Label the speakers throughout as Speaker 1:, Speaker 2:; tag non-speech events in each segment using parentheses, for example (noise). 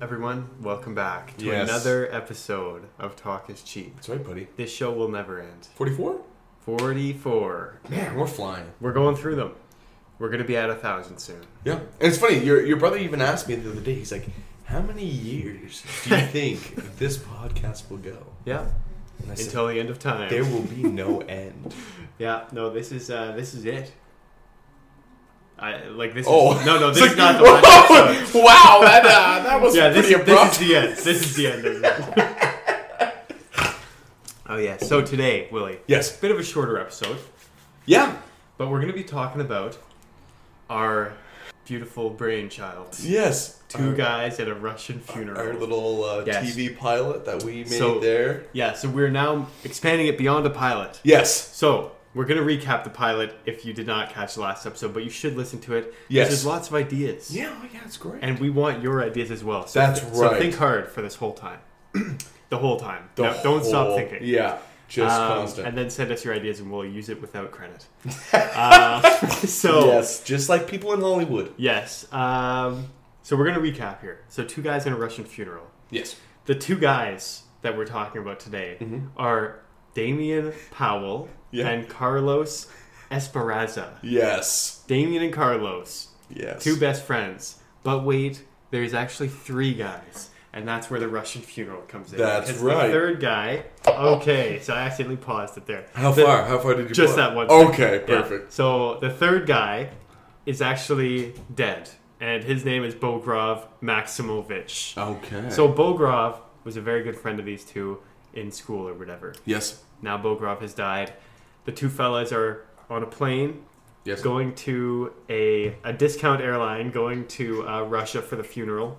Speaker 1: everyone. Welcome back to
Speaker 2: Yes.
Speaker 1: another episode of Talk is Cheap.
Speaker 2: That's right, buddy.
Speaker 1: This show will never end.
Speaker 2: 44?
Speaker 1: 44.
Speaker 2: Man, we're flying.
Speaker 1: We're going through them. We're going to be at a thousand soon.
Speaker 2: Yeah. And it's funny, your, your brother even asked me the other day, he's like, how many years do you think this podcast will go?
Speaker 1: Yeah.
Speaker 2: And I said,
Speaker 1: Until the end of time.
Speaker 2: there will be no end.
Speaker 1: yeah. No, this is uh, this is it. I like this.
Speaker 2: (laughs) Oh. (laughs)
Speaker 1: Is, no, no,
Speaker 2: It's
Speaker 1: this is
Speaker 2: like,
Speaker 1: not the
Speaker 2: (laughs)
Speaker 1: last episode.
Speaker 2: wow, that, uh, that
Speaker 1: (laughs)
Speaker 2: was
Speaker 1: Yeah, this,
Speaker 2: pretty
Speaker 1: is- this
Speaker 2: abrupt.
Speaker 1: is the end. This is the end of it.
Speaker 2: (laughs)
Speaker 1: oh yeah. So today, Willie,
Speaker 2: yes.
Speaker 1: bit of a shorter episode.
Speaker 2: Yeah.
Speaker 1: But we're going to be talking about our beautiful brainchild.
Speaker 2: Yes.
Speaker 1: Two
Speaker 2: Our-
Speaker 1: guys at a Russian funeral.
Speaker 2: Our little uh,
Speaker 1: Yes.
Speaker 2: TV pilot that we made
Speaker 1: So-
Speaker 2: there.
Speaker 1: yeah, so we're now expanding it beyond a pilot.
Speaker 2: Yes.
Speaker 1: So, we're going to recap the pilot if you did not catch the last episode, but you should listen to it. 'cause
Speaker 2: Yes.
Speaker 1: There's lots of ideas.
Speaker 2: Yeah, oh, yeah, it's great.
Speaker 1: And we want your ideas as well. So
Speaker 2: That's
Speaker 1: So
Speaker 2: right.
Speaker 1: think hard for this whole time. the whole time.
Speaker 2: The
Speaker 1: No, don't stop
Speaker 2: whole-
Speaker 1: thinking.
Speaker 2: Yeah, just
Speaker 1: Um,
Speaker 2: constant.
Speaker 1: And then send us your ideas and we'll use it without
Speaker 2: (laughs)
Speaker 1: credit. uh, (laughs) so,
Speaker 2: Yes, just like people in Hollywood.
Speaker 1: Yes. Um, so we're going to recap here. So two guys in a Russian funeral.
Speaker 2: Yes.
Speaker 1: The two guys that we're talking about today are Damien Powell
Speaker 2: Mm-hmm. Yeah.
Speaker 1: and Carlos Esperanza.
Speaker 2: Yes.
Speaker 1: Damien and Carlos,
Speaker 2: Yes.
Speaker 1: two best friends. But wait, there's actually three guys. And that's where the Russian funeral comes in.
Speaker 2: That's
Speaker 1: Because
Speaker 2: right.
Speaker 1: The third guy. Okay, so I accidentally paused it there.
Speaker 2: How
Speaker 1: The-
Speaker 2: far? How far did you?
Speaker 1: Just
Speaker 2: blow?
Speaker 1: that one
Speaker 2: Okay,
Speaker 1: Yeah.
Speaker 2: perfect.
Speaker 1: So the third guy is actually dead, and his name is Bogrov Maximovich.
Speaker 2: Okay.
Speaker 1: So Bogrov was a very good friend of these two in school or whatever.
Speaker 2: yes,
Speaker 1: Now Bogrov has died. The two fellas are on a plane
Speaker 2: yes,
Speaker 1: going to a, a discount airline going to uh, Russia for the funeral.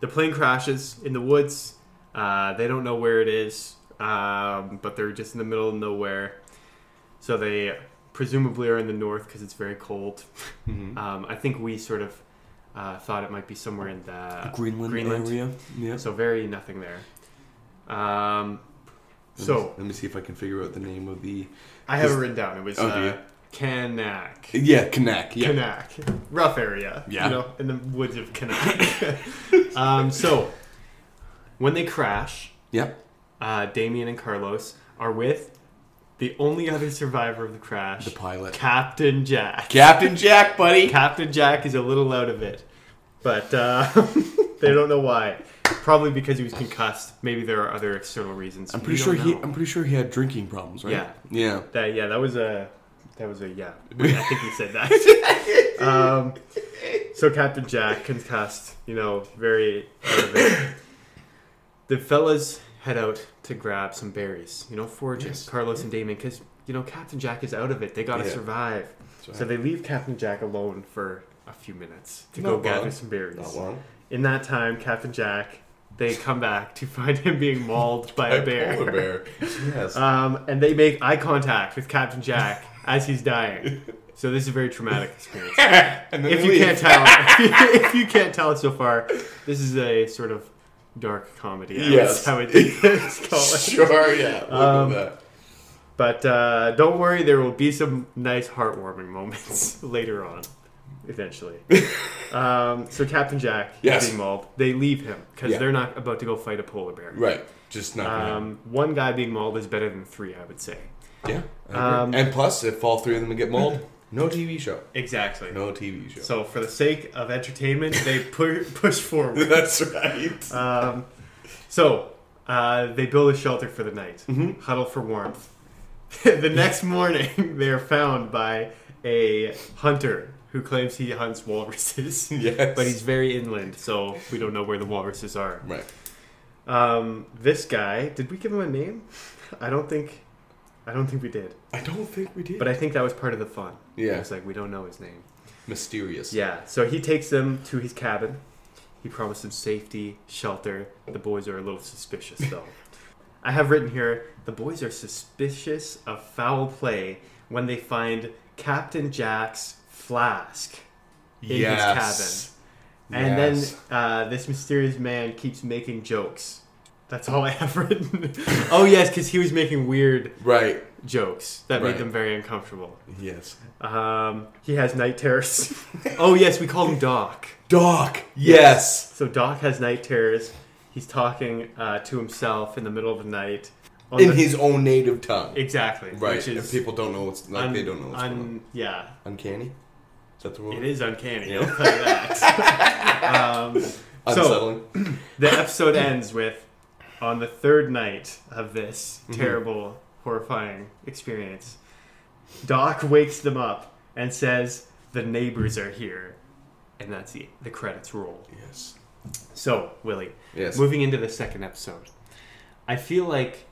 Speaker 1: The plane crashes in the woods. Uh, they don't know where it is, um, but they're just in the middle of nowhere. So they presumably are in the north because it's very cold. Um, I think we sort of uh, thought it might be somewhere in the
Speaker 2: Greenland, area. Yes.
Speaker 1: So very nothing there. Um, so
Speaker 2: let me see if I can figure out the name of the.
Speaker 1: I have it written down. It was
Speaker 2: Oh, do
Speaker 1: uh,
Speaker 2: you?
Speaker 1: Kanak.
Speaker 2: Yeah, Kanak. Yeah.
Speaker 1: Kanak. Rough area.
Speaker 2: Yeah.
Speaker 1: You know, in the woods of Kanak. (laughs) um, so, when they crash,
Speaker 2: Yep.
Speaker 1: uh, Damien and Carlos are with the only other survivor of the crash,
Speaker 2: The pilot.
Speaker 1: Captain Jack.
Speaker 2: Captain Jack, buddy.
Speaker 1: Captain Jack is a little out of it, but uh, (laughs) they don't know why. Probably because he was concussed. Maybe there are other external reasons.
Speaker 2: I'm pretty
Speaker 1: We
Speaker 2: sure
Speaker 1: don't
Speaker 2: he.
Speaker 1: know.
Speaker 2: I'm pretty sure he had drinking problems, right?
Speaker 1: Yeah.
Speaker 2: Yeah.
Speaker 1: That yeah, that was a that was a yeah. Wait, I think he said that. um, so Captain Jack can cast, you know, very. relevant. The fellas head out to grab some berries, you know, foraging.
Speaker 2: Yes.
Speaker 1: Carlos and Damon, because you know Captain Jack is out of it. They gotta
Speaker 2: Yeah.
Speaker 1: survive.
Speaker 2: That's
Speaker 1: So they leave Captain Jack alone for a few minutes to
Speaker 2: Not
Speaker 1: go
Speaker 2: long.
Speaker 1: gather some berries.
Speaker 2: Not long.
Speaker 1: In that time, Captain Jack, they come back to find him being mauled
Speaker 2: (laughs)
Speaker 1: by a bear.
Speaker 2: Polar bear. yes.
Speaker 1: Um, and they make eye contact with Captain Jack as he's dying. So this is a very traumatic
Speaker 2: (laughs)
Speaker 1: experience.
Speaker 2: and then
Speaker 1: If
Speaker 2: they
Speaker 1: you can't
Speaker 2: leave. (laughs)
Speaker 1: tell, (laughs) if you can't tell so far, this is a sort of dark comedy. I
Speaker 2: Yes.
Speaker 1: would- I would think (laughs) it's
Speaker 2: (laughs)
Speaker 1: called.
Speaker 2: Sure. Yeah. We'll
Speaker 1: (laughs)
Speaker 2: do
Speaker 1: Um,
Speaker 2: that.
Speaker 1: But uh, don't worry, there will be some nice heartwarming moments (laughs) later on, eventually. Um, so Captain Jack is
Speaker 2: Yes.
Speaker 1: being mauled. They leave him because
Speaker 2: Yeah.
Speaker 1: they're not about to go fight a polar bear.
Speaker 2: Right. Just not. gonna
Speaker 1: Um, one guy being mauled is better than three, I would say.
Speaker 2: Yeah.
Speaker 1: Um, agree.
Speaker 2: and plus, if all three of them get mauled, no TV show.
Speaker 1: Exactly.
Speaker 2: No TV show.
Speaker 1: So, for the sake of entertainment, they pu- (laughs) push forward.
Speaker 2: (laughs) That's right.
Speaker 1: Um, so, uh, they build a shelter for the night,
Speaker 2: Mm-hmm.
Speaker 1: huddle for warmth. (laughs) the next morning, (laughs) they are found by a hunter who claims he hunts walruses. (laughs)
Speaker 2: Yes.
Speaker 1: But he's very inland, so we don't know where the walruses are.
Speaker 2: right.
Speaker 1: Um, this guy, did we give him a name? I don't think, I don't think we did.
Speaker 2: I don't think we did.
Speaker 1: But I think that was part of the fun.
Speaker 2: Yeah.
Speaker 1: it's like we don't know his name.
Speaker 2: Mysterious.
Speaker 1: Yeah, so he takes them to his cabin. He promised them safety, shelter. The boys are a little suspicious,
Speaker 2: (laughs)
Speaker 1: though. I have written here the boys are suspicious of foul play when they find Captain Jack's flask in his cabin. And
Speaker 2: Yes.
Speaker 1: then uh, this mysterious man keeps making jokes. That's all I have (laughs) written. oh yes, because he was making weird
Speaker 2: Right.
Speaker 1: jokes that
Speaker 2: Right.
Speaker 1: made them very uncomfortable.
Speaker 2: Yes.
Speaker 1: Um, he has night terrors. (laughs) oh yes, we call him Doc.
Speaker 2: Doc. Yes.
Speaker 1: So Doc has night terrors. He's talking uh, to himself in the middle of the night. On
Speaker 2: In
Speaker 1: the-
Speaker 2: his own native tongue.
Speaker 1: exactly,
Speaker 2: right.
Speaker 1: Which
Speaker 2: and
Speaker 1: is
Speaker 2: people don't know what's like
Speaker 1: un-
Speaker 2: they don't know what's
Speaker 1: un-
Speaker 2: going on.
Speaker 1: Yeah,
Speaker 2: Uncanny. Is that the word?
Speaker 1: it is uncanny.
Speaker 2: Yeah.
Speaker 1: I'll tell you that.
Speaker 2: (laughs)
Speaker 1: um, so
Speaker 2: Unsettling.
Speaker 1: the episode ends with on the third night of this
Speaker 2: Mm-hmm.
Speaker 1: terrible, horrifying experience, Doc wakes them up and says, The neighbors are here. And that's the, the credits roll.
Speaker 2: yes.
Speaker 1: So, Willie,
Speaker 2: Yes.
Speaker 1: moving into the second episode, I feel like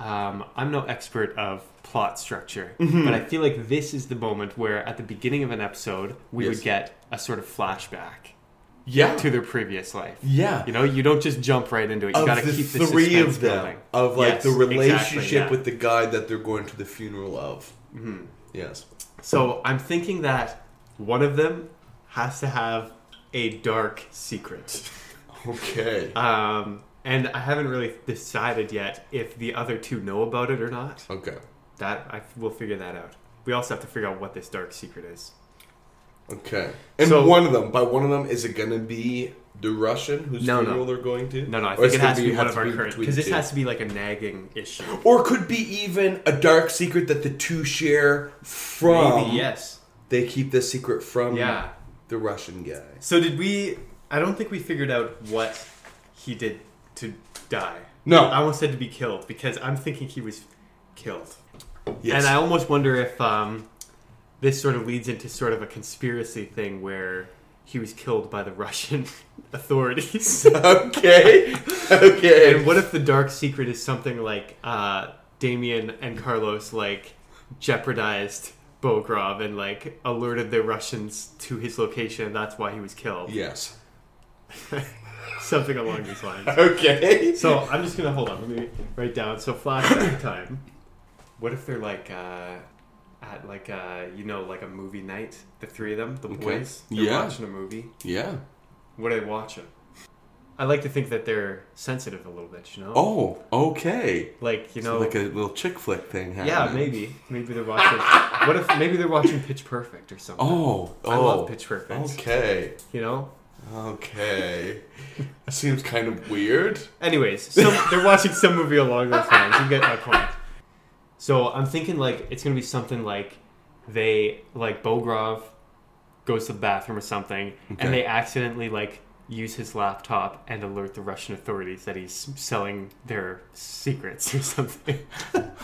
Speaker 1: um, I'm no expert of plot structure,
Speaker 2: Mm-hmm.
Speaker 1: but I feel like this is the moment where at the beginning of an episode, we
Speaker 2: Yes.
Speaker 1: would get a sort of flashback
Speaker 2: Yeah.
Speaker 1: to their previous life.
Speaker 2: yeah.
Speaker 1: You know, you don't just jump right into it. You
Speaker 2: of
Speaker 1: got to
Speaker 2: the
Speaker 1: keep the
Speaker 2: three
Speaker 1: suspense
Speaker 2: of them
Speaker 1: building.
Speaker 2: of like
Speaker 1: Yes,
Speaker 2: the
Speaker 1: exactly,
Speaker 2: relationship
Speaker 1: yeah.
Speaker 2: with the guy that they're going to the funeral of.
Speaker 1: Mhm.
Speaker 2: Yes.
Speaker 1: So I'm thinking that one of them has to have a dark secret,
Speaker 2: Okay.
Speaker 1: um, and I haven't really decided yet if the other two know about it or not.
Speaker 2: Okay.
Speaker 1: That I will figure that out. We also have to figure out what this dark secret is.
Speaker 2: Okay. And
Speaker 1: So-
Speaker 2: one of them, by one of them, is it going to be the Russian whose
Speaker 1: No, no.
Speaker 2: funeral they're going to?
Speaker 1: No, no, I
Speaker 2: Or
Speaker 1: think
Speaker 2: it's
Speaker 1: it
Speaker 2: gonna
Speaker 1: has to be, one
Speaker 2: has
Speaker 1: of our current
Speaker 2: between
Speaker 1: because
Speaker 2: the
Speaker 1: this
Speaker 2: two?
Speaker 1: has to be like a nagging issue.
Speaker 2: Or could be even a dark secret that the two share from.
Speaker 1: Maybe yes,
Speaker 2: They keep this secret from
Speaker 1: yeah.
Speaker 2: the Russian guy.
Speaker 1: So did we? I don't think we figured out what he did to die.
Speaker 2: No.
Speaker 1: I almost said to be killed because I'm thinking he was killed,
Speaker 2: Yes.
Speaker 1: and I almost wonder if um, this sort of leads into sort of a conspiracy thing where he was killed by the Russian (laughs)
Speaker 2: (laughs)
Speaker 1: authorities.
Speaker 2: okay. Okay.
Speaker 1: and what if the dark secret is something like uh, Damien and Carlos like jeopardized Bogrov and like alerted the Russians to his location, and that's why he was killed.
Speaker 2: Yes.
Speaker 1: (laughs) something along these lines.
Speaker 2: Okay.
Speaker 1: So I'm just gonna hold on. Let me write down. So flashback (coughs) time. What if they're like uh, at like uh, you know like a movie night? The three of them, the
Speaker 2: Okay.
Speaker 1: boys, they're
Speaker 2: Yeah.
Speaker 1: watching a movie.
Speaker 2: Yeah.
Speaker 1: What are they watching? I like to think that they're sensitive a little bit. You know,
Speaker 2: Oh, okay.
Speaker 1: like you know,
Speaker 2: So like a little chick flick thing happening.
Speaker 1: yeah, maybe maybe they're watching. what if maybe they're watching Pitch Perfect or something?
Speaker 2: Oh, oh.
Speaker 1: I love Pitch Perfect.
Speaker 2: Okay.
Speaker 1: You know.
Speaker 2: Okay. that seems kind of weird.
Speaker 1: Anyways, some, they're watching some movie along those lines. You get my point. So I'm thinking like it's gonna be something like they like Bogrov goes to the bathroom or something,
Speaker 2: Okay.
Speaker 1: and they accidentally like use his laptop and alert the Russian authorities that he's selling their secrets or something. (laughs)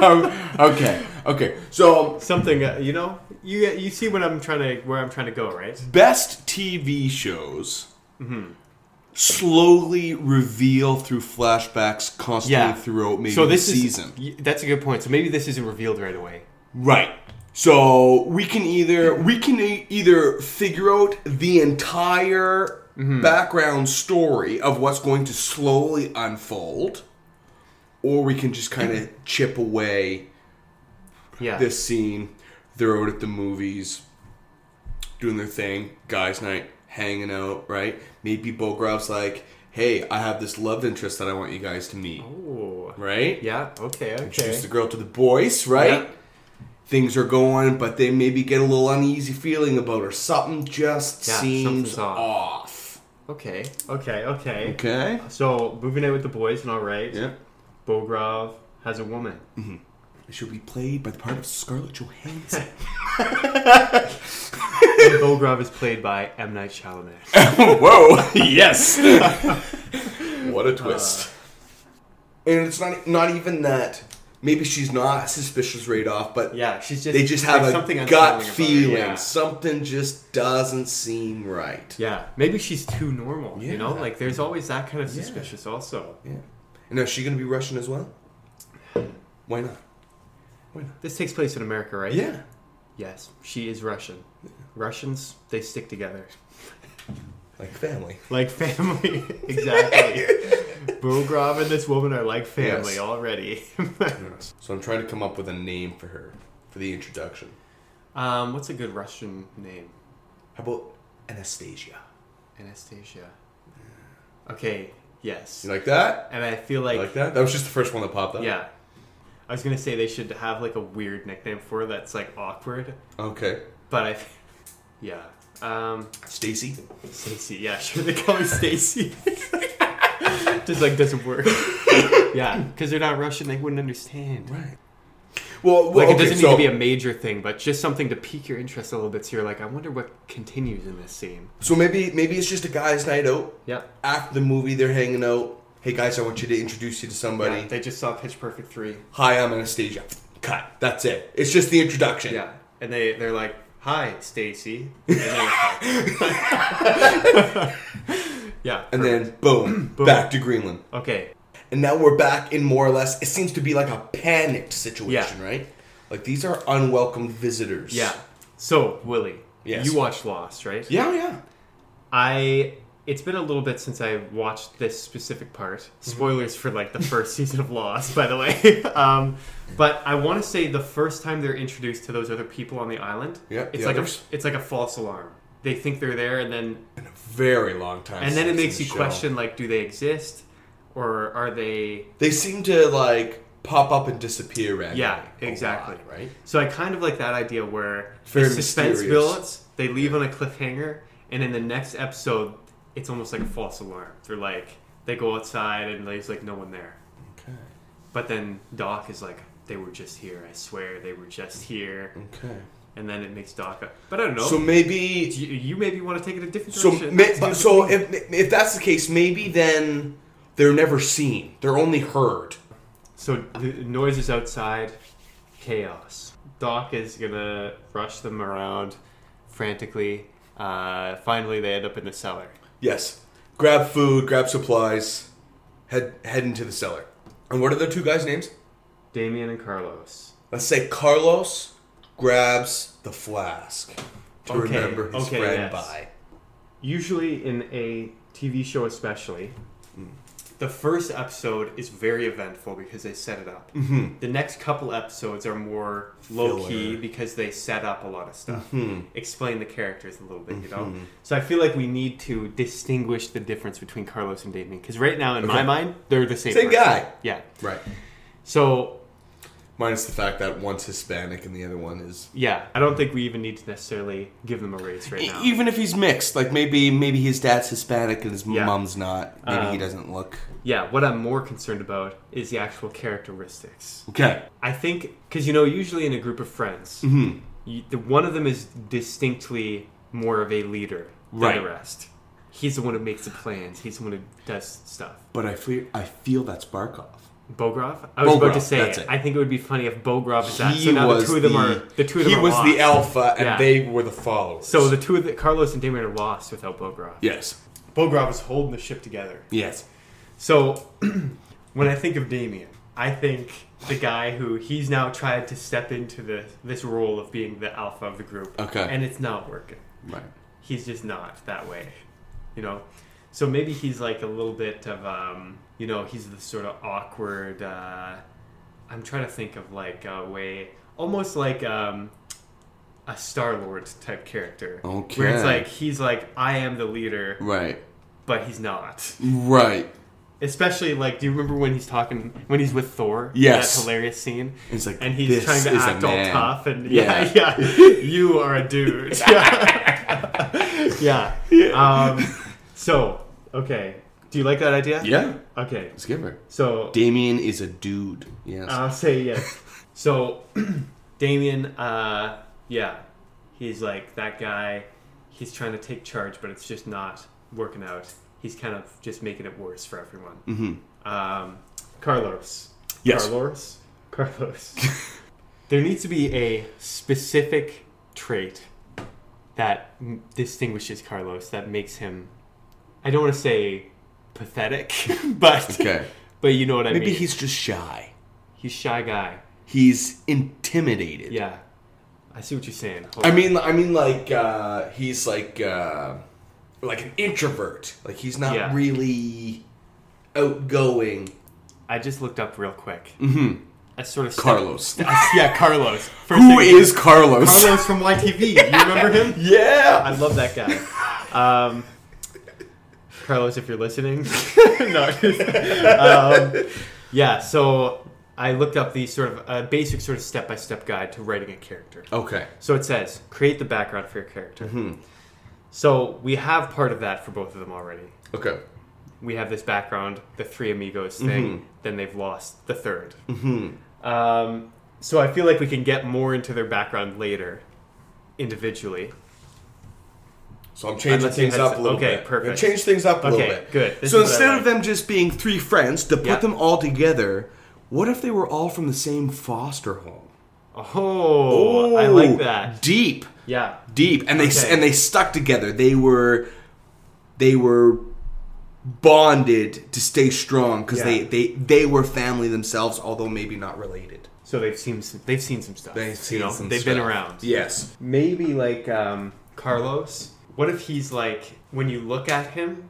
Speaker 2: Um, okay. Okay. So,
Speaker 1: something uh, you know you you see what I'm trying to where I'm trying to go, right?
Speaker 2: best TV shows
Speaker 1: Mm-hmm.
Speaker 2: slowly reveal through flashbacks constantly
Speaker 1: Yeah.
Speaker 2: throughout maybe
Speaker 1: so this
Speaker 2: the season.
Speaker 1: is y- that's a good point. So maybe this isn't revealed right away.
Speaker 2: Right. So we can either we can e- either figure out the entire
Speaker 1: Mm-hmm.
Speaker 2: background story of what's going to slowly unfold, or we can just kind
Speaker 1: Mm-hmm.
Speaker 2: of chip away
Speaker 1: Yeah.
Speaker 2: this scene. They're out at the movies, doing their thing, guys' night, hanging out. Right? Maybe Bogrov's like, "Hey, I have this love interest that I want you guys to meet."
Speaker 1: Ooh.
Speaker 2: Right?
Speaker 1: Yeah. Okay. Okay.
Speaker 2: introduce the girl to the boys, right?
Speaker 1: Yeah.
Speaker 2: Things are going, but they maybe get a little uneasy feeling about her. Something just
Speaker 1: Yeah,
Speaker 2: seems
Speaker 1: something's off.
Speaker 2: off.
Speaker 1: Okay. Okay. Okay.
Speaker 2: Okay.
Speaker 1: So moving out with the boys and all right. Bogrov has a woman. (laughs)
Speaker 2: She'll be played by the part of Scarlett Johansson.
Speaker 1: And Bogrov is played by M Night (laughs)
Speaker 2: (laughs)
Speaker 1: Shyamalan.
Speaker 2: Whoa! yes. (laughs) what a twist. Uh, and it's not not even that. Maybe she's not suspicious right off, but
Speaker 1: Yeah, she's just.
Speaker 2: they just have
Speaker 1: there's
Speaker 2: a
Speaker 1: something
Speaker 2: gut
Speaker 1: unsettling about her,
Speaker 2: feeling.
Speaker 1: Yeah.
Speaker 2: Something just doesn't seem right.
Speaker 1: Yeah, maybe she's too normal. You know,
Speaker 2: Yeah.
Speaker 1: like there's always that kind of suspicious. Also,
Speaker 2: Yeah. And is she going to be Russian as well? Why not? Why not?
Speaker 1: this takes place in America, right?
Speaker 2: Yeah.
Speaker 1: Yes, she is Russian. Russians, they stick together
Speaker 2: Like family.
Speaker 1: like family.
Speaker 2: (laughs)
Speaker 1: exactly. Bogrov and this woman are like family
Speaker 2: Yes.
Speaker 1: already.
Speaker 2: (laughs)
Speaker 1: (laughs)
Speaker 2: So I'm trying to come up with a name for her for the introduction.
Speaker 1: um, what's a good Russian name?
Speaker 2: How about Anastasia?
Speaker 1: Anastasia. Okay, Yes.
Speaker 2: You like that?
Speaker 1: and I feel
Speaker 2: You
Speaker 1: like,
Speaker 2: like that? That was just the first one that popped up.
Speaker 1: yeah. I was gonna say they should have like a weird nickname for it that's like awkward,
Speaker 2: Okay.
Speaker 1: but I, (laughs) yeah. Um,
Speaker 2: Stacy.
Speaker 1: Stacy, yeah, (laughs) sure. They call me Stacy. (laughs) Just like doesn't
Speaker 2: (laughs)
Speaker 1: work. yeah, because they're not Russian, they wouldn't understand.
Speaker 2: Right. Well,
Speaker 1: Like
Speaker 2: well
Speaker 1: it
Speaker 2: okay,
Speaker 1: doesn't
Speaker 2: so,
Speaker 1: need to be a major thing, but just something to pique your interest a little bit. So you're like, I wonder what continues in this scene.
Speaker 2: so maybe maybe it's just a guy's night out.
Speaker 1: Yep.
Speaker 2: After the movie, they're hanging out. Hey guys, I want you to introduce you to somebody.
Speaker 1: Yeah, they just saw Pitch Perfect three.
Speaker 2: Hi, I'm Anastasia. Cut. That's it. It's just the introduction.
Speaker 1: Yeah, and they they're like, "Hi, Stacy." (laughs) And then- yeah,
Speaker 2: And then
Speaker 1: (clears throat)
Speaker 2: boom, back to Greenland.
Speaker 1: okay,
Speaker 2: And now we're back in more or less. It seems to be like a panicked situation,
Speaker 1: Yeah.
Speaker 2: right? Like these are unwelcome visitors.
Speaker 1: yeah. So Willie,
Speaker 2: Yes.
Speaker 1: you watched Lost, right?
Speaker 2: Yeah, yeah.
Speaker 1: I it's been a little bit since I watched this specific part.
Speaker 2: Mm-hmm.
Speaker 1: Spoilers for like the first (laughs) season of Lost, by the way. (laughs) um, but I want to say the first time they're introduced to those other people on the island,
Speaker 2: Yeah,
Speaker 1: it's
Speaker 2: the
Speaker 1: like
Speaker 2: others.
Speaker 1: a it's like a false alarm. They think they're there, and then
Speaker 2: Very long time.
Speaker 1: and then it
Speaker 2: since
Speaker 1: makes
Speaker 2: the
Speaker 1: you
Speaker 2: show.
Speaker 1: question like, do they exist, or are they?
Speaker 2: They seem to like pop up and disappear. Randomly
Speaker 1: Yeah,
Speaker 2: a lot,
Speaker 1: exactly.
Speaker 2: right.
Speaker 1: So I kind of like that idea where
Speaker 2: Very
Speaker 1: the suspense
Speaker 2: mysterious.
Speaker 1: builds, they leave on a cliffhanger, and in the next episode, it's almost like a false alarm. They're like, they go outside and there's like no one there.
Speaker 2: Okay.
Speaker 1: But then Doc is like, they were just here, I swear, they were just here.
Speaker 2: Okay.
Speaker 1: And then it makes Doc up. But I don't know.
Speaker 2: So maybe
Speaker 1: you, you maybe want to take it a different
Speaker 2: So,
Speaker 1: direction.
Speaker 2: ma-
Speaker 1: Let's do
Speaker 2: but-
Speaker 1: it
Speaker 2: so
Speaker 1: between-
Speaker 2: if, if that's the case, maybe then they're never seen. They're only heard.
Speaker 1: So the noise is outside, chaos. Doc is gonna rush them around frantically. Uh, finally, they end up in the cellar.
Speaker 2: Yes. Grab food, grab supplies, head head into the cellar. And what are the two guys' names?
Speaker 1: Damien and Carlos.
Speaker 2: Let's say Carlos grabs the flask to
Speaker 1: Okay,
Speaker 2: remember his
Speaker 1: okay,
Speaker 2: friend
Speaker 1: yes.
Speaker 2: by.
Speaker 1: Usually, in a TV show, especially, the first episode is very eventful because they set it up. Mm-hmm. The next couple episodes are more low key
Speaker 2: Filler. Mm-hmm.
Speaker 1: because they set up a lot of stuff, explain the characters a little bit, you know? So I feel like we need to distinguish the difference between Carlos and Damien because right now, in my
Speaker 2: Okay.
Speaker 1: mind, they're the same
Speaker 2: Same
Speaker 1: person.
Speaker 2: guy.
Speaker 1: Yeah.
Speaker 2: Right.
Speaker 1: So
Speaker 2: Minus the fact that one's Hispanic and the other one is. E,
Speaker 1: yeah, I don't think we even need to necessarily give them a race right now.
Speaker 2: Even if he's mixed, like maybe maybe his dad's Hispanic and his
Speaker 1: Yeah.
Speaker 2: mom's not. Maybe he
Speaker 1: Um,
Speaker 2: doesn't look.
Speaker 1: Yeah, what I'm more concerned about is the actual characteristics.
Speaker 2: Okay. Hmm.
Speaker 1: I think because you know, usually in a group of friends,
Speaker 2: Mm-hmm.
Speaker 1: you, the one of them is distinctly more of a leader than
Speaker 2: Right.
Speaker 1: the rest. He's the one who makes the plans. He's the one who does stuff.
Speaker 2: But I feel I feel that's Barkov.
Speaker 1: Bogrov. I was about to
Speaker 2: Bogrov,
Speaker 1: say.
Speaker 2: that's it.
Speaker 1: I think it would be funny if Bogrov is that.
Speaker 2: he
Speaker 1: So now
Speaker 2: was
Speaker 1: the two of them are the two of them
Speaker 2: He
Speaker 1: are
Speaker 2: was
Speaker 1: lost.
Speaker 2: the alpha, and
Speaker 1: Yeah.
Speaker 2: they were the followers.
Speaker 1: So the two of the Carlos and Damien are lost without Bogrov.
Speaker 2: yes,
Speaker 1: Bogrov is holding the ship together.
Speaker 2: yes,
Speaker 1: So (clears throat) when I think of Damien, I think the guy who he's now tried to step into the this role of being the alpha of the group.
Speaker 2: Okay.
Speaker 1: And it's not working.
Speaker 2: right.
Speaker 1: He's just not that way. You know? So maybe he's like a little bit of um you know, he's the sort of awkward uh I'm trying to think of like a way almost like um a Star Lord type character. Where
Speaker 2: Okay.
Speaker 1: it's like he's like, I am the leader,
Speaker 2: Right,
Speaker 1: but he's not.
Speaker 2: right.
Speaker 1: Especially like, do you remember when he's talking when he's with Thor?
Speaker 2: Yes.
Speaker 1: that hilarious scene.
Speaker 2: It's like,
Speaker 1: and he's
Speaker 2: "This
Speaker 1: trying to
Speaker 2: is a
Speaker 1: act all
Speaker 2: man."
Speaker 1: tough, and
Speaker 2: Yeah.
Speaker 1: yeah, yeah,
Speaker 2: (laughs)
Speaker 1: you are a dude. (laughs) Yeah. yeah. Um, so okay, do you like that idea?
Speaker 2: Yeah,
Speaker 1: Okay,
Speaker 2: skipper.
Speaker 1: so
Speaker 2: Damien is a dude. Yes.
Speaker 1: I'll say
Speaker 2: (laughs)
Speaker 1: yes. So, (clears throat) Damien, uh, yeah, he's like that guy. He's trying to take charge, but it's just not working out. He's kind of just making it worse for everyone. Mm-hmm. Um, Carlos.
Speaker 2: Yes.
Speaker 1: Carlos. Carlos.
Speaker 2: (laughs)
Speaker 1: there needs to be a specific trait that m- distinguishes Carlos that makes him. I don't want to say pathetic, (laughs) but
Speaker 2: okay.
Speaker 1: but you know what I
Speaker 2: Maybe
Speaker 1: mean.
Speaker 2: he's just shy.
Speaker 1: He's shy guy.
Speaker 2: He's intimidated.
Speaker 1: Yeah. I see what you're saying. Hold
Speaker 2: I
Speaker 1: on.
Speaker 2: mean, I mean, like uh, he's like uh, like an introvert. Like he's not
Speaker 1: Yeah.
Speaker 2: really outgoing.
Speaker 1: I just looked up real quick.
Speaker 2: Mm-hmm.
Speaker 1: I sort of stepped-
Speaker 2: Carlos.
Speaker 1: yeah, Carlos. First
Speaker 2: Who
Speaker 1: thing-
Speaker 2: is Carlos? (laughs)
Speaker 1: Carlos from YTV? You remember him?
Speaker 2: Yeah.
Speaker 1: I love that guy. Um, Carlos, if you're listening. no. um, yeah, so I looked up the sort of uh, basic sort of step by step guide to writing a character.
Speaker 2: Okay.
Speaker 1: So it says create the background for your character.
Speaker 2: Mm-hmm.
Speaker 1: So we have part of that for both of them already.
Speaker 2: Okay.
Speaker 1: We have this background, the three amigos thing.
Speaker 2: Mm-hmm.
Speaker 1: Then they've lost the 3rd Um, so I feel like we can get more into their background later, individually.
Speaker 2: So I'm changing
Speaker 1: Unless you
Speaker 2: things
Speaker 1: had
Speaker 2: up
Speaker 1: s-
Speaker 2: a little
Speaker 1: okay,
Speaker 2: bit.
Speaker 1: perfect.
Speaker 2: I'm gonna Change things up a
Speaker 1: Okay,
Speaker 2: little bit.
Speaker 1: good. This
Speaker 2: so
Speaker 1: is what I
Speaker 2: instead
Speaker 1: like.
Speaker 2: of them just being three friends, to put
Speaker 1: Yeah.
Speaker 2: them all together, what if they were all from the same foster home?
Speaker 1: Oh, I like that.
Speaker 2: Deep,
Speaker 1: Yeah.
Speaker 2: deep, and they s
Speaker 1: Okay.
Speaker 2: and they stuck together. They were, they were bonded to stay strong because
Speaker 1: Yeah.
Speaker 2: they they they were family themselves, although maybe not related.
Speaker 1: So they've seen some, they've seen some stuff.
Speaker 2: They've seen some
Speaker 1: They've been
Speaker 2: stuff.
Speaker 1: around.
Speaker 2: Yes.
Speaker 1: Maybe like um, Carlos. What if he's like when you look at him,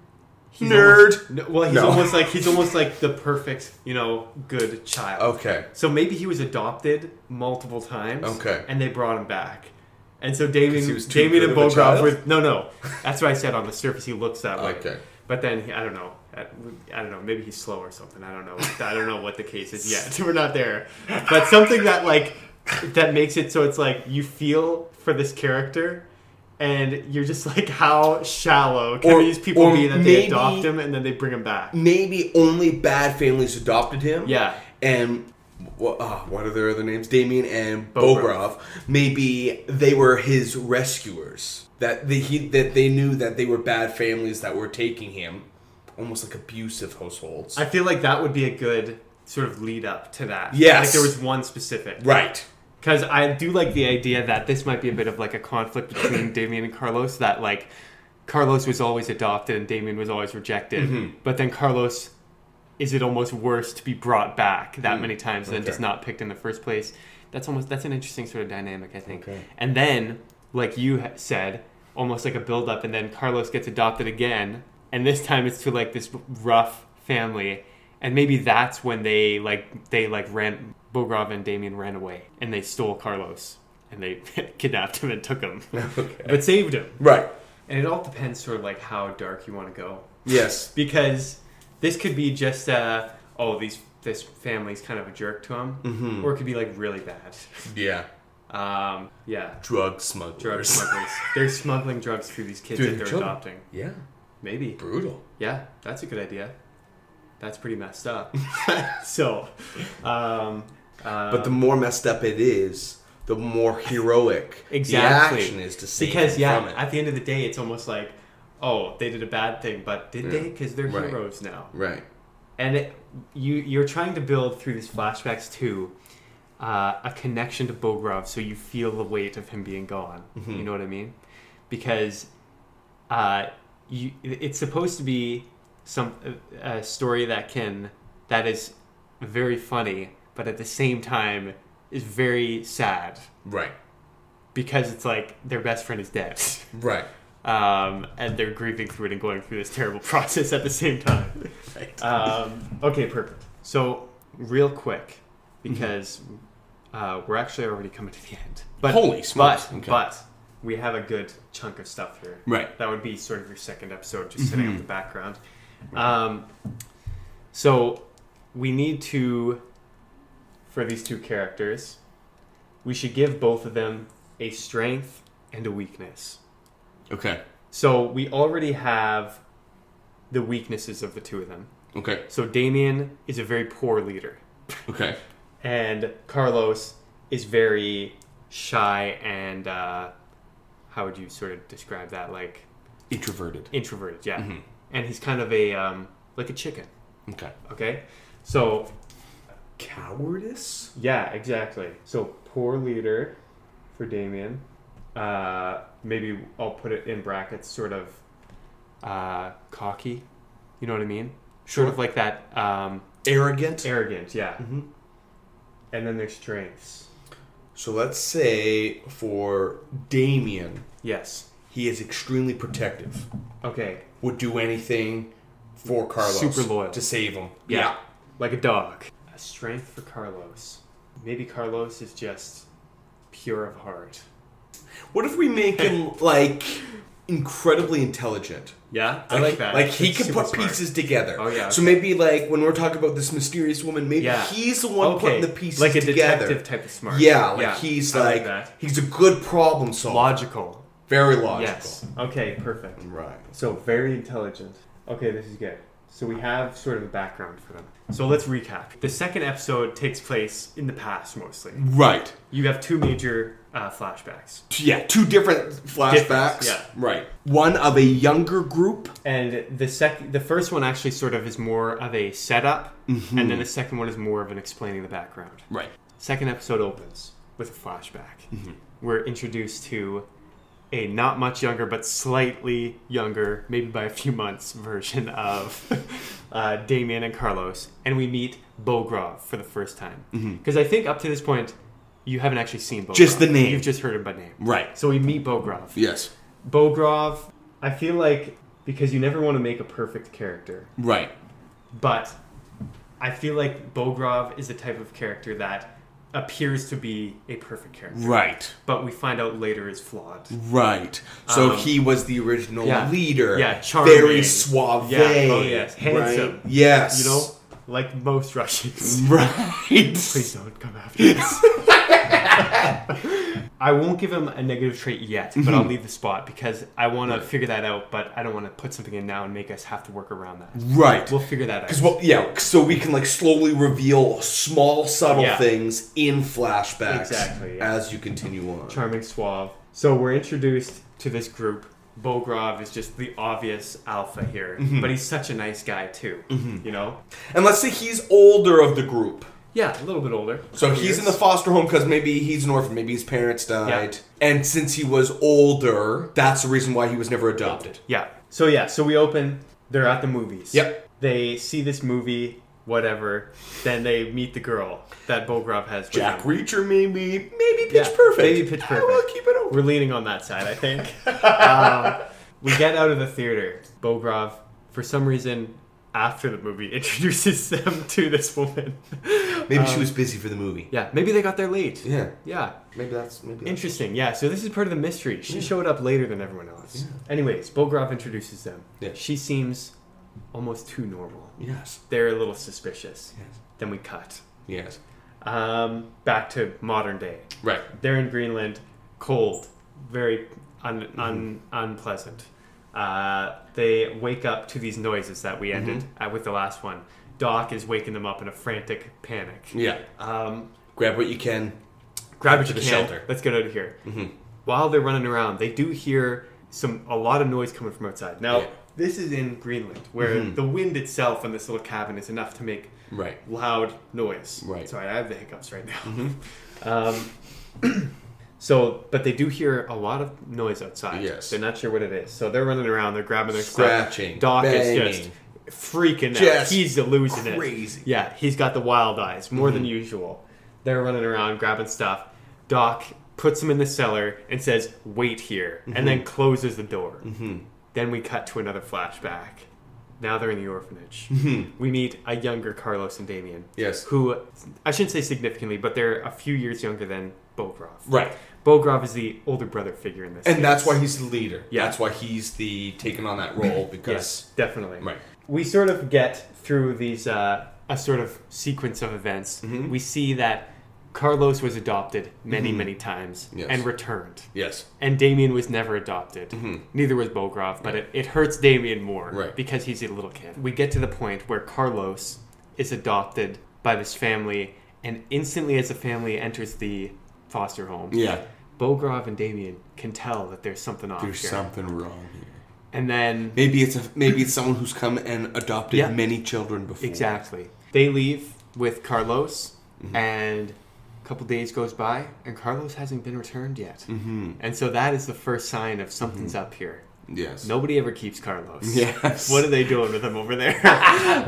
Speaker 1: he's
Speaker 2: Nerd.
Speaker 1: almost- no, well, he's
Speaker 2: No.
Speaker 1: almost like
Speaker 2: (laughs)
Speaker 1: he's almost like the perfect, you know, good child.
Speaker 2: Okay.
Speaker 1: So maybe he was adopted multiple times.
Speaker 2: Okay.
Speaker 1: And they brought him back. And so Damien,
Speaker 2: he was too
Speaker 1: Damien
Speaker 2: good
Speaker 1: and
Speaker 2: of a
Speaker 1: Bogrov
Speaker 2: child?
Speaker 1: were no, no. That's what I said. On the surface, he looks that way.
Speaker 2: Okay.
Speaker 1: But then he- I don't know. I I don't know. Maybe he's slow or something. I don't know. I don't know what the case is yet. (laughs) We're not there. But something that like that makes it so it's like you feel for this character, and you're just like, how shallow can
Speaker 2: Or-
Speaker 1: these people
Speaker 2: or
Speaker 1: be that they
Speaker 2: maybe-
Speaker 1: adopt him and then they bring him back?
Speaker 2: Maybe only bad families adopted him.
Speaker 1: Yeah.
Speaker 2: and wha- ah, what are their other names? Damien and
Speaker 1: Bogrov.
Speaker 2: Bogrov. Maybe they were his rescuers. That they he, that they knew that they were bad families that were taking him, almost like abusive households.
Speaker 1: I feel like that would be a good sort of lead up to that.
Speaker 2: Yes.
Speaker 1: Like there was one specific.
Speaker 2: right.
Speaker 1: Because I do like the idea that this might be a bit of like a conflict between
Speaker 2: (coughs)
Speaker 1: Damien and Carlos. That like Carlos was always adopted and Damien was always rejected.
Speaker 2: Mm-hmm.
Speaker 1: But then Carlos, is it almost worse to be brought back that many times than just
Speaker 2: Hmm. Okay.
Speaker 1: not picked in the first place? That's almost that's an interesting sort of dynamic, I think.
Speaker 2: Okay.
Speaker 1: And then, like you ha- said, almost like a build up, and then Carlos gets adopted again, and this time it's to like this rough family, and maybe that's when they like they like ran Bogrov and Damien ran away, and they stole Carlos, and they (laughs) kidnapped him and took
Speaker 2: (laughs)
Speaker 1: him, but saved him.
Speaker 2: Right.
Speaker 1: And it all depends sort of like how dark you want to go,
Speaker 2: Yes.
Speaker 1: because this could be just uh oh these this family's kind of a jerk to him,
Speaker 2: Mm-hmm.
Speaker 1: or it could be like really bad.
Speaker 2: Yeah.
Speaker 1: Um, yeah.
Speaker 2: Drug smugglers.
Speaker 1: Drug smugglers. They're smuggling drugs through these kids
Speaker 2: Through
Speaker 1: that
Speaker 2: the
Speaker 1: they're
Speaker 2: children.
Speaker 1: adopting.
Speaker 2: Yeah.
Speaker 1: Maybe.
Speaker 2: Brutal.
Speaker 1: Yeah, that's a good idea. That's pretty messed
Speaker 2: (laughs)
Speaker 1: up. so, um, uh,
Speaker 2: But the more messed up it is, the more heroic
Speaker 1: Exactly.
Speaker 2: the action is to save
Speaker 1: because
Speaker 2: him
Speaker 1: yeah,
Speaker 2: from it.
Speaker 1: at the end of the day, it's almost like, oh, they did a bad thing, but did they? Because they're
Speaker 2: Right.
Speaker 1: heroes now.
Speaker 2: right.
Speaker 1: and it, you you're trying to build through these flashbacks too uh, a connection to Bogrov, so you feel the weight of him being gone. You know what I mean? Because uh, you, it's supposed to be some a story that can that is very funny, but at the same time is very sad
Speaker 2: Right.
Speaker 1: because it's like their best friend is dead. (laughs)
Speaker 2: Right.
Speaker 1: Um, and they're grieving through it and going through this terrible (laughs) process at the same time.
Speaker 2: Right.
Speaker 1: Um, okay, perfect. So, real quick, because uh, we're actually already coming to the end. But,
Speaker 2: Holy smokes,
Speaker 1: But,
Speaker 2: okay.
Speaker 1: but we have a good chunk of stuff here.
Speaker 2: Right.
Speaker 1: That would be sort of your second episode, just setting
Speaker 2: Mm-hmm.
Speaker 1: up the background. Um, so, we need to, for these two characters, we should give both of them a strength and a weakness.
Speaker 2: Okay.
Speaker 1: So, we already have the weaknesses of the two of them.
Speaker 2: Okay.
Speaker 1: So Damien is a very poor leader,
Speaker 2: Okay.
Speaker 1: and Carlos is very shy and uh, how would you sort of describe that? Like
Speaker 2: Introverted.
Speaker 1: introverted, yeah. And he's kind of a um, like a chicken.
Speaker 2: Okay.
Speaker 1: Okay, so
Speaker 2: Cowardice?
Speaker 1: yeah, exactly. So poor leader for Damien. Uh, maybe I'll put it in brackets, sort of uh, cocky. You know what I mean? Sort of
Speaker 2: Sure. Mm-hmm.
Speaker 1: like that. Um,
Speaker 2: Arrogant?
Speaker 1: Arrogant, yeah. And then their strengths.
Speaker 2: so let's say for Damien,
Speaker 1: Yes.
Speaker 2: he is extremely protective.
Speaker 1: Okay.
Speaker 2: Would do anything for Carlos.
Speaker 1: Super loyal.
Speaker 2: To save him.
Speaker 1: Like a dog. A strength for Carlos. Maybe Carlos is just pure of heart.
Speaker 2: What if we make him (laughs) like incredibly intelligent.
Speaker 1: Yeah, I
Speaker 2: Like,
Speaker 1: like,
Speaker 2: like,
Speaker 1: that.
Speaker 2: he
Speaker 1: That's
Speaker 2: can
Speaker 1: super
Speaker 2: put
Speaker 1: smart.
Speaker 2: pieces together.
Speaker 1: Oh, yeah,
Speaker 2: So maybe like when we're talking about this mysterious woman, maybe
Speaker 1: Yeah.
Speaker 2: he's the one
Speaker 1: Okay,
Speaker 2: putting the pieces
Speaker 1: like a
Speaker 2: together.
Speaker 1: detective type of smart.
Speaker 2: Yeah, like he's
Speaker 1: I
Speaker 2: like,
Speaker 1: that.
Speaker 2: he's a good problem solver.
Speaker 1: logical.
Speaker 2: Very logical.
Speaker 1: Yes. Okay. Perfect.
Speaker 2: Right.
Speaker 1: So very intelligent. Okay, this is good. So we have sort of a background for them. So let's recap. The second episode takes place in the past mostly.
Speaker 2: Right.
Speaker 1: You have two major uh, flashbacks,
Speaker 2: Yeah, two different flashbacks.
Speaker 1: yeah.
Speaker 2: Right. One of a younger group.
Speaker 1: and the sec- the first one actually sort of is more of a setup,
Speaker 2: Mm-hmm.
Speaker 1: and then the second one is more of an explaining the background.
Speaker 2: Right.
Speaker 1: Second episode opens with a flashback.
Speaker 2: Mm-hmm.
Speaker 1: We're introduced to a not much younger, but slightly younger, maybe by a few months, (laughs) version of (laughs) uh, Damien and Carlos. And we meet Bogrov for the first time. Because I think up to this point, you haven't actually seen Bogrov.
Speaker 2: Mm-hmm. Just the name.
Speaker 1: You've just heard him by name.
Speaker 2: Right.
Speaker 1: So we meet Bogrov.
Speaker 2: Yes.
Speaker 1: Bogrov, I feel like, because you never want to make a perfect character,
Speaker 2: Right.
Speaker 1: but I feel like Bogrov is the type of character that appears to be a perfect character,
Speaker 2: Right.
Speaker 1: but we find out later is flawed.
Speaker 2: Right. So
Speaker 1: Um,
Speaker 2: he was the original
Speaker 1: yeah.
Speaker 2: leader.
Speaker 1: Yeah, charming.
Speaker 2: Very suave.
Speaker 1: Yeah, oh yes, handsome.
Speaker 2: Right? Yes.
Speaker 1: You know, like most Russians. Please
Speaker 2: (laughs) Right.
Speaker 1: don't come after us. (laughs) I won't give him a negative trait yet, but I'll leave the spot because I want to figure that out. But I don't want to put something in now and make us have to work around that.
Speaker 2: Right.
Speaker 1: We'll figure that out.
Speaker 2: 'Cause what- yeah, so we can like slowly reveal small, subtle
Speaker 1: Yeah.
Speaker 2: things in flashbacks
Speaker 1: Exactly, yeah.
Speaker 2: as you continue on.
Speaker 1: charming, suave. So we're introduced to this group. Bogrov is just the obvious alpha here,
Speaker 2: Mm-hmm.
Speaker 1: but he's such a nice guy too. You know,
Speaker 2: and let's say he's older of the group.
Speaker 1: yeah, a little bit older.
Speaker 2: So he's in the foster home because maybe he's an orphan, maybe his parents died, and since he was older, that's the reason why he was never adopted.
Speaker 1: yeah. So yeah, so we open. They're at the movies.
Speaker 2: Yep.
Speaker 1: They see this movie, whatever. Then they meet the girl that Bogrov has. with
Speaker 2: Jack
Speaker 1: him.
Speaker 2: Reacher, maybe, maybe Pitch
Speaker 1: Yeah,
Speaker 2: Perfect,
Speaker 1: maybe Pitch
Speaker 2: I will
Speaker 1: Perfect.
Speaker 2: keep it open.
Speaker 1: We're leaning on that side, I think.
Speaker 2: (laughs)
Speaker 1: um, we get out of the theater. Bogrov, for some reason, after the movie, (laughs) introduces them to this woman.
Speaker 2: Maybe she was busy for the movie.
Speaker 1: Yeah, maybe they got there late.
Speaker 2: Yeah,
Speaker 1: Yeah.
Speaker 2: maybe that's maybe. That's,
Speaker 1: Interesting. Yeah, so this is part of the mystery. She showed up later than everyone else. Anyways, Bogrov introduces them.
Speaker 2: Yeah.
Speaker 1: She seems almost too normal.
Speaker 2: yes,
Speaker 1: They're a little suspicious.
Speaker 2: yes,
Speaker 1: Then we cut.
Speaker 2: yes.
Speaker 1: Um, back to modern day.
Speaker 2: Right.
Speaker 1: They're in Greenland, cold, very un-
Speaker 2: Mm-hmm.
Speaker 1: un- unpleasant. Uh, they wake up to these noises that we ended
Speaker 2: Mm-hmm.
Speaker 1: uh, with the last one. Doc is waking them up in a frantic panic.
Speaker 2: Yeah.
Speaker 1: Um,
Speaker 2: Grab what you can.
Speaker 1: grab what
Speaker 2: to
Speaker 1: you
Speaker 2: the
Speaker 1: can.
Speaker 2: shelter. Mm-hmm.
Speaker 1: Let's get out of here. While they're running around, they do hear some a lot of noise coming from outside. Now,
Speaker 2: Yeah. Mm-hmm.
Speaker 1: this is in Greenland, where the wind itself in this little cabin is enough to make
Speaker 2: Right.
Speaker 1: loud noise.
Speaker 2: Right. Mm-hmm.
Speaker 1: Sorry, I have the hiccups right now. (laughs) Um, (clears throat) so, but they do hear a lot of noise outside.
Speaker 2: Yes.
Speaker 1: They're not sure what it is. So they're running around. They're grabbing their
Speaker 2: Scratching,
Speaker 1: Stuff. Doc is
Speaker 2: banging.
Speaker 1: just freaking out.
Speaker 2: Just
Speaker 1: He's losing it.
Speaker 2: crazy. Mm-hmm.
Speaker 1: Yeah, he's got the wild eyes more than usual. They're running around grabbing stuff. Doc puts him in the cellar and says, "Wait here,"
Speaker 2: Mm-hmm.
Speaker 1: and then closes the door. Then we cut to another flashback. Now they're in the
Speaker 2: (laughs)
Speaker 1: orphanage. We meet a younger Carlos and Damien.
Speaker 2: Mm-hmm. Yes.
Speaker 1: Who, I shouldn't say significantly, but they're a few years younger than Bogrov.
Speaker 2: Right.
Speaker 1: Bogrov is the older brother figure in this.
Speaker 2: And
Speaker 1: case.
Speaker 2: that's why he's the leader.
Speaker 1: Yeah.
Speaker 2: That's why he's the taking on that role because
Speaker 1: Yes, definitely.
Speaker 2: Right.
Speaker 1: We sort of get through these, uh, a sort of sequence of events.
Speaker 2: Mm-hmm.
Speaker 1: We see that Carlos was adopted many, many times
Speaker 2: Yes.
Speaker 1: and returned.
Speaker 2: yes.
Speaker 1: And Damien was never adopted. Neither was Bogrov, but it, it hurts Damien more
Speaker 2: Mm-hmm. Right.
Speaker 1: because he's a little kid. We get to the point where Carlos is adopted by this family, and instantly, as the family enters the foster home,
Speaker 2: Yeah.
Speaker 1: Bogrov and Damien can tell that there's something off
Speaker 2: There's
Speaker 1: here.
Speaker 2: something wrong here.
Speaker 1: And then
Speaker 2: Maybe it's a, maybe it's someone who's come and adopted
Speaker 1: Yeah.
Speaker 2: many children before.
Speaker 1: Exactly. They leave with Carlos,
Speaker 2: Mm-hmm.
Speaker 1: and a couple days goes by, and Carlos hasn't been returned yet. Mm-hmm. And so that is the first sign of something's
Speaker 2: Mm-hmm.
Speaker 1: up here.
Speaker 2: Yes.
Speaker 1: Nobody ever keeps Carlos.
Speaker 2: (laughs) Yes.
Speaker 1: What are they doing with him over
Speaker 2: (laughs)
Speaker 1: there?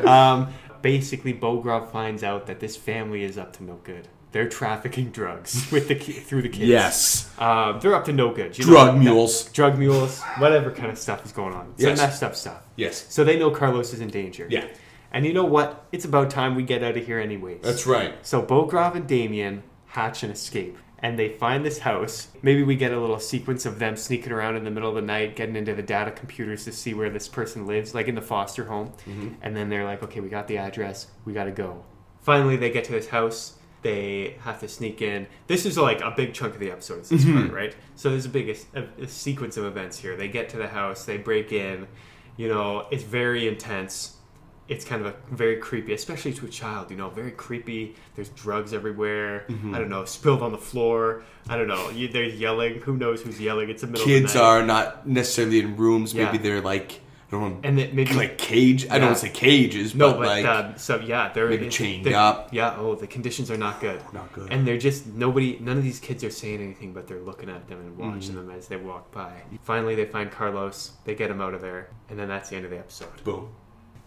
Speaker 1: um, basically, Bogrov finds out that this family is up to no good. They're trafficking drugs (laughs) with the ki- through the kids.
Speaker 2: Yes.
Speaker 1: Um, they're up to no good. You
Speaker 2: Drug
Speaker 1: know,
Speaker 2: mules.
Speaker 1: Drug mules, whatever kind of stuff is going on. It's
Speaker 2: Yes.
Speaker 1: messed up stuff.
Speaker 2: Yes.
Speaker 1: So they know Carlos is in danger.
Speaker 2: Yeah.
Speaker 1: And you know what? It's about time we get out of here anyways.
Speaker 2: That's right.
Speaker 1: So Bogrov and Damien hatch an escape. and they find this house. Maybe we get a little sequence of them sneaking around in the middle of the night, getting into the data computers to see where this person lives, like in the foster home. And then they're like, okay, we got the address, we gotta go. Finally, they get to this house. They have to sneak in. This is like a big chunk of the episode, is this part, right? So there's a big a, a sequence of events here. They get to the house, they break in. You know, it's very intense it's kind of a very creepy, especially to a child. You know, very creepy. There's drugs everywhere.
Speaker 2: Mm-hmm.
Speaker 1: I don't know, spilled on the floor. I don't know. You, they're yelling. Who knows who's yelling? It's the middle. of
Speaker 2: Kids
Speaker 1: the night.
Speaker 2: are not necessarily in rooms. Maybe
Speaker 1: Yeah.
Speaker 2: they're like I don't know,
Speaker 1: And that maybe-
Speaker 2: like cage. I
Speaker 1: Yeah.
Speaker 2: don't wanna say cages,
Speaker 1: No,
Speaker 2: but,
Speaker 1: but,
Speaker 2: like
Speaker 1: uh, so yeah, they're
Speaker 2: maybe
Speaker 1: it-
Speaker 2: chained
Speaker 1: they're-
Speaker 2: up.
Speaker 1: Yeah. Oh, the conditions are not good.
Speaker 2: Not good.
Speaker 1: And they're just nobody. None of these kids are saying anything, but they're looking at them
Speaker 2: Mm-hmm.
Speaker 1: and watching them as they walk by. Finally, they find Carlos. They get him out of there, and then that's the end of the episode.
Speaker 2: boom.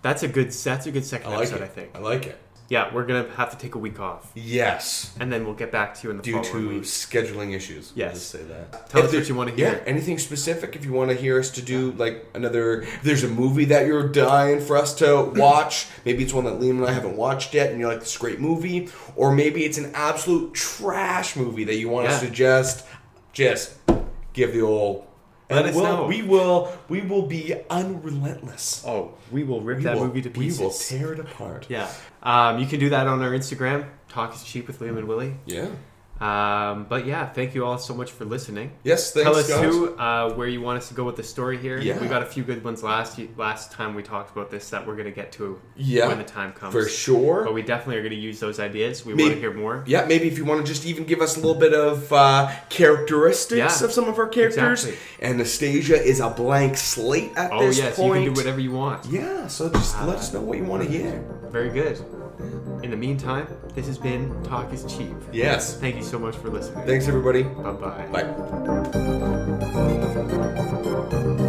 Speaker 1: That's a good. That's a good second
Speaker 2: I like
Speaker 1: episode,
Speaker 2: it.
Speaker 1: I think.
Speaker 2: I like it.
Speaker 1: Yeah, we're gonna have to take a week off,
Speaker 2: Yes.
Speaker 1: and then we'll get back to you in the
Speaker 2: Due to
Speaker 1: following week.
Speaker 2: scheduling issues.
Speaker 1: Yes.
Speaker 2: We'll just say that.
Speaker 1: Tell
Speaker 2: If
Speaker 1: us
Speaker 2: there-
Speaker 1: what you wanna
Speaker 2: Yeah.
Speaker 1: hear.
Speaker 2: Anything specific if you want to hear us to do like another if there's a movie that you're dying for us
Speaker 1: (laughs)
Speaker 2: to watch. maybe it's one that Liam and I haven't watched yet and you're like, this is a great movie. Or maybe it's an absolute trash movie that you want us
Speaker 1: Yeah.
Speaker 2: to just just give the old
Speaker 1: Let
Speaker 2: and
Speaker 1: us
Speaker 2: we'll-
Speaker 1: know.
Speaker 2: We will we will be unrelentless.
Speaker 1: Oh, we will rip
Speaker 2: We
Speaker 1: that
Speaker 2: will-
Speaker 1: movie to pieces.
Speaker 2: We will tear it apart.
Speaker 1: Yeah. Um, you can do that on our Instagram, Talk is Cheap with Liam and Willie.
Speaker 2: Yeah.
Speaker 1: Um, but yeah, thank you all so much for listening.
Speaker 2: Yes, thanks,
Speaker 1: Tell us
Speaker 2: guys.
Speaker 1: who, uh, where you want us to go with the story here.
Speaker 2: Yeah.
Speaker 1: We got a few good ones last last time we talked about this that we're going to get to
Speaker 2: Yeah,
Speaker 1: when the time comes.
Speaker 2: For sure.
Speaker 1: But we definitely are going to use those ideas. We
Speaker 2: May-
Speaker 1: want to hear more.
Speaker 2: Yeah, maybe if you want to just even give us a little bit of uh, characteristics
Speaker 1: Yeah,
Speaker 2: of some of our characters.
Speaker 1: exactly.
Speaker 2: Anastasia is a blank slate at
Speaker 1: Oh,
Speaker 2: this
Speaker 1: yes,
Speaker 2: point.
Speaker 1: you can do whatever you want.
Speaker 2: Yeah, so just let us know what you want to hear.
Speaker 1: Very good. In the meantime, this has been Talk is Cheap.
Speaker 2: Yes.
Speaker 1: Thank you so much for listening.
Speaker 2: Thanks, everybody.
Speaker 1: Bye-bye.
Speaker 2: Bye.